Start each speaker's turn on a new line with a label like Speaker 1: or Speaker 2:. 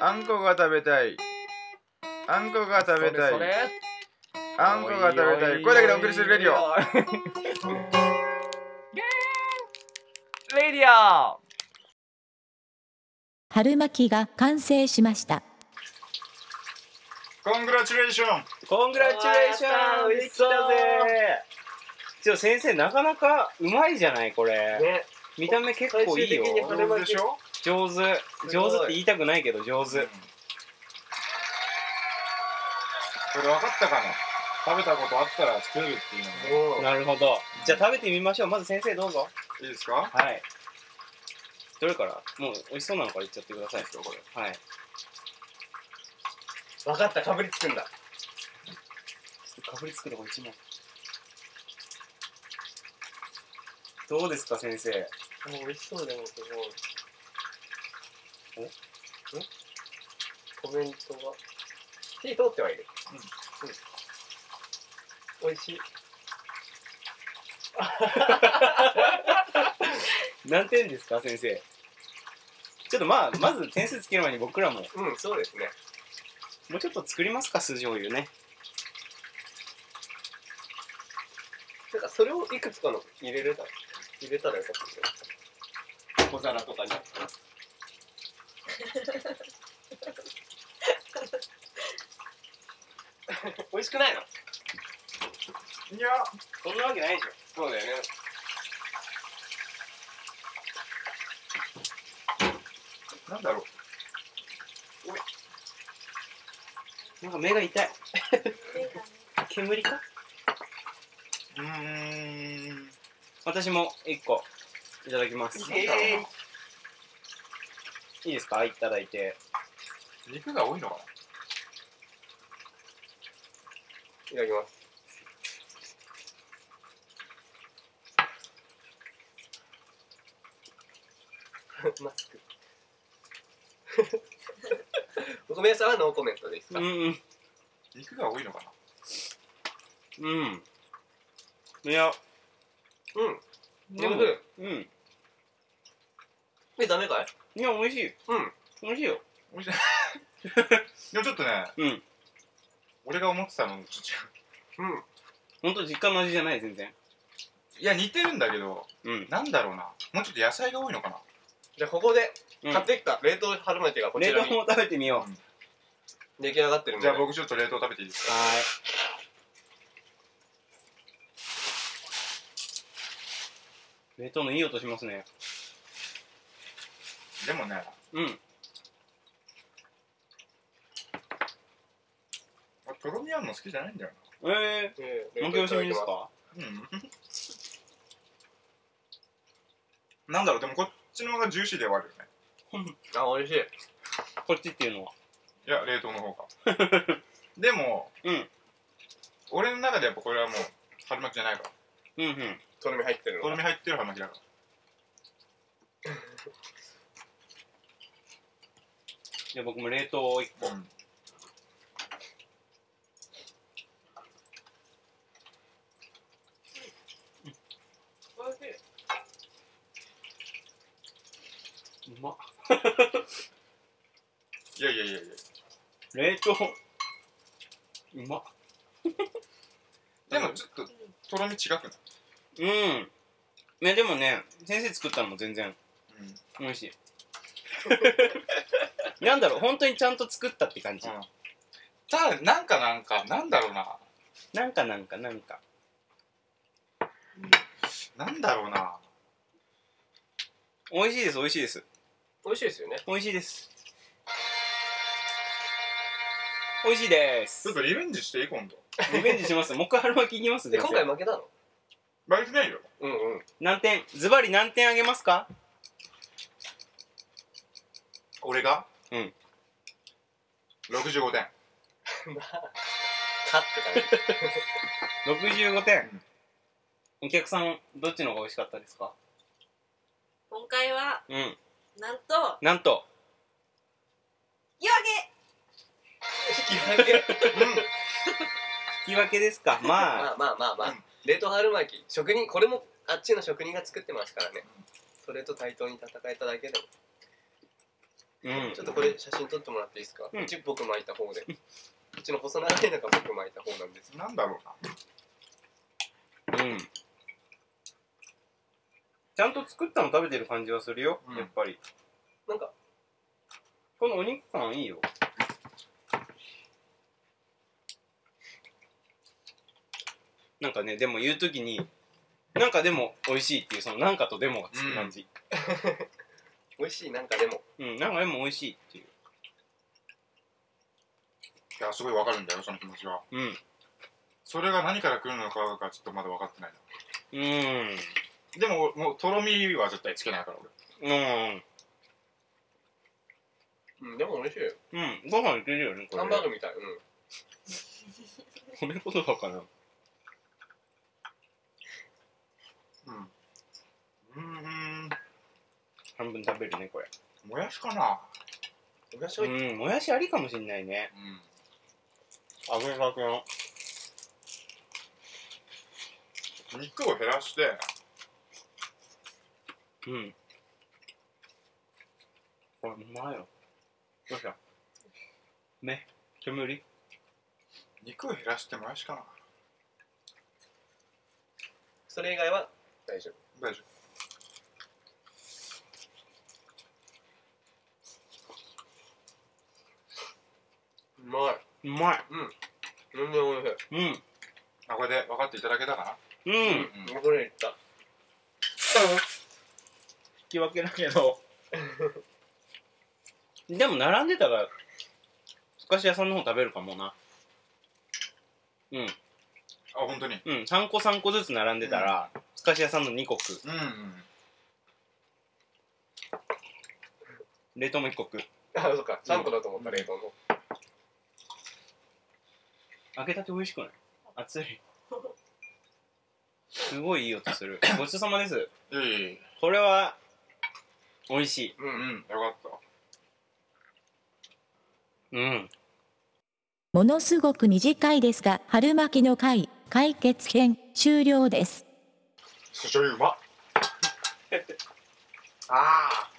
Speaker 1: あんこが食べたい。あんこが食べたい。
Speaker 2: それ
Speaker 1: あんこが食べたい。これだけでお送りするレディ オ。
Speaker 2: オレディオ
Speaker 3: 春巻きが完成しました
Speaker 1: コングラチュレーション。
Speaker 4: コングラチュレーション
Speaker 2: できたぜ
Speaker 4: ちょ先生なかなかうまいじゃないこれ
Speaker 2: ね、
Speaker 4: 見た目結構いいよ
Speaker 2: 最終的にこれ
Speaker 1: 上手でしょ
Speaker 4: 上手
Speaker 2: ごい
Speaker 4: 上手って言いたくないけど上手
Speaker 1: これ分かったかな食べたことあったら作るっていうのね
Speaker 2: もう
Speaker 4: なるほどじゃあ食べてみましょうまず先生どうぞ
Speaker 1: いいですか
Speaker 4: はいどれからもう美味しそうなのからいっちゃってくださいこれはい
Speaker 2: 分かったかぶりつくんだ
Speaker 4: かぶりつくとこ一枚どうですか先生
Speaker 2: もう美味しそうだもんすごいおコメントが火通ってはいるうん、美味しい
Speaker 4: 何点ですか先生ちょっとまあまず点数つける前に僕らも
Speaker 2: うんそうですね
Speaker 4: もうちょっと作りますか酢醤油ね
Speaker 2: なんかそれをいくつかの入れれた入れたらよかったですよ
Speaker 4: 小皿とかに
Speaker 2: 美味しくないの
Speaker 1: いや、
Speaker 4: そんなわけないでしょ
Speaker 2: そうだよね
Speaker 1: なんだろう。
Speaker 4: なん か目が痛い。煙か
Speaker 1: うーん。
Speaker 4: 私も一個いただきます。
Speaker 2: イエーイ
Speaker 4: いいですかいただいて。
Speaker 1: 肉が多いのか
Speaker 2: いただきますマスク ごめんなさいはノーコメントです
Speaker 4: う
Speaker 2: か、
Speaker 4: んうん。
Speaker 1: な肉が多いのかな
Speaker 4: うん。いや、
Speaker 2: うん。
Speaker 4: でも
Speaker 2: 上手
Speaker 4: うん。
Speaker 2: え、ダメかい
Speaker 4: いや、美味しい。
Speaker 2: うん。
Speaker 4: 美味しいよ。
Speaker 1: 美味しい。でもちょっとね、
Speaker 4: うん。
Speaker 1: 俺が思ってたのとちょっ
Speaker 2: うん。
Speaker 4: ほんと実家の味じゃない、全然。
Speaker 1: と違う。いや、似てるんだけど、
Speaker 4: うん。
Speaker 1: なんだろうな。もうちょっと野菜が多いのかな
Speaker 2: じゃあ、ここで
Speaker 4: うん
Speaker 2: 買ってきた冷凍春巻きがこち
Speaker 4: 冷
Speaker 2: ら
Speaker 4: 凍
Speaker 2: に
Speaker 4: も食べてみよう。は
Speaker 2: 出来上がってるん
Speaker 1: じ
Speaker 2: で
Speaker 1: ゃあ。僕ちょっと冷凍食べていいですか
Speaker 4: ーい。冷凍のいい音しますね。
Speaker 1: でもね、
Speaker 4: うん。
Speaker 1: とろみあんの好きじゃないんだよ
Speaker 4: え
Speaker 2: ええ
Speaker 4: ー、負け惜しみです
Speaker 2: 冷凍いただき
Speaker 4: か
Speaker 1: な。うん。なんだろう、でもこっちの方がジューシーではあるよね。
Speaker 2: ますあ、美味しい。
Speaker 4: こっちっていうのは。
Speaker 1: いや冷凍の方 がでも、
Speaker 4: うん
Speaker 1: 俺の中でやっぱこれはもう春巻きじゃないから
Speaker 4: うんうん。
Speaker 2: とろみ入ってる
Speaker 1: とろ
Speaker 2: の。
Speaker 1: み入ってる春巻きだから
Speaker 4: じゃあ僕も冷凍を一個。
Speaker 1: うん
Speaker 2: 美味しい。
Speaker 4: うまっ
Speaker 1: いやいやいやいや
Speaker 4: 冷凍うまっ
Speaker 1: でもちょっととろみ違くない、
Speaker 4: うんねでもね先生作ったのも全然
Speaker 1: うん
Speaker 4: 美味し いなんだろう本当にちゃんと作ったって感じ、
Speaker 1: うんただなんかなんかなんだろうな
Speaker 4: なんかなんかなんか
Speaker 1: なんだろうな
Speaker 4: 美味しいです美味しいです
Speaker 2: 美味しいですよね。
Speaker 4: 美味しいです美味しいです
Speaker 1: ちょっとリベンジしていい今度
Speaker 4: リベンジしますもう一回春巻きいきます
Speaker 2: で、
Speaker 4: 先
Speaker 2: 今
Speaker 4: 生
Speaker 2: 回負けたの
Speaker 1: バイトないよ
Speaker 2: うんうん。
Speaker 4: 何点ズバリ何点あげますか
Speaker 1: 俺が
Speaker 4: うん
Speaker 1: 65点
Speaker 2: 勝ってたね。
Speaker 4: 65点、お客さんどっちの方が美味しかったですか
Speaker 5: 今回は
Speaker 4: うん
Speaker 5: なんと
Speaker 4: なんと
Speaker 5: 夜
Speaker 2: 引き分け。
Speaker 4: 引き分けですかまあ
Speaker 2: まあまあまあま
Speaker 1: う
Speaker 2: あ
Speaker 1: ん。
Speaker 2: 冷凍春巻き、職人、これもあっちの職人が作ってますから
Speaker 1: う
Speaker 2: ね
Speaker 1: ん。
Speaker 2: それと対等に戦えただけでも。
Speaker 4: うん
Speaker 2: ちょっとこれ写真撮ってもらっていいですか、
Speaker 4: うん
Speaker 2: うち僕巻いた方でうちの細長いのが僕巻いた方なんです
Speaker 1: なんだろうな。
Speaker 4: うんちゃんと作ったの食べてる感じはするよ、
Speaker 1: うん
Speaker 4: やっぱり
Speaker 2: なんか
Speaker 4: このお肉感いいよなんかねでも言う時になんかでも美味しいっていうそのなんかとでもがつく感じ
Speaker 2: 美味しいなんかでも
Speaker 4: うん、なんかでも美味しいっていう
Speaker 1: いや、すごいわかるんだよ、その気持ちは。
Speaker 4: うん
Speaker 1: それが何から来るのかがちょっとまだ分かってないな。
Speaker 4: うーん
Speaker 1: でも、もう、とろみは絶対つけないから、俺。
Speaker 4: うん
Speaker 2: うんでも美味しいよ
Speaker 4: うんご飯いけるよねこれ
Speaker 2: ハンバーグみたいうん
Speaker 4: これこそだから
Speaker 1: うん。うーん、
Speaker 4: 半分食べるねこれ
Speaker 1: もやしかな。
Speaker 2: お菓子多い
Speaker 4: うんもやしありかもしんないね
Speaker 1: うん。
Speaker 4: 揚げかけの
Speaker 1: 肉を減らして、
Speaker 4: うんこれうまいよどうしたね煙
Speaker 1: 肉を減らしてもやしかな。
Speaker 2: それ以外は大丈夫
Speaker 1: 大丈
Speaker 2: うまいう
Speaker 4: まい
Speaker 2: 全然美味しい
Speaker 4: うん
Speaker 1: 夫。あ、これで分かっていただけたかな。
Speaker 4: うん
Speaker 1: うん
Speaker 4: 引
Speaker 2: うん、これいった
Speaker 4: き分けだけど でも並んでたらすかし屋さんの方食べるかもな
Speaker 1: あ、本当に。
Speaker 4: うん3個3個ずつ並んでたら、すかし屋さんの2国
Speaker 1: うん、うん。
Speaker 4: 冷凍も1国
Speaker 2: あそっか3個だと思った冷凍の
Speaker 4: 揚げたて美味しくない熱いすごいいい音するごちそうさまです
Speaker 1: いえいえいえ。
Speaker 4: これは美味しい
Speaker 2: うん、
Speaker 1: うん、よかった。
Speaker 4: うん
Speaker 3: ものすごく短いですが、春巻きの会、解決編、終了です。
Speaker 1: そしょうゆうまっ。
Speaker 2: ああ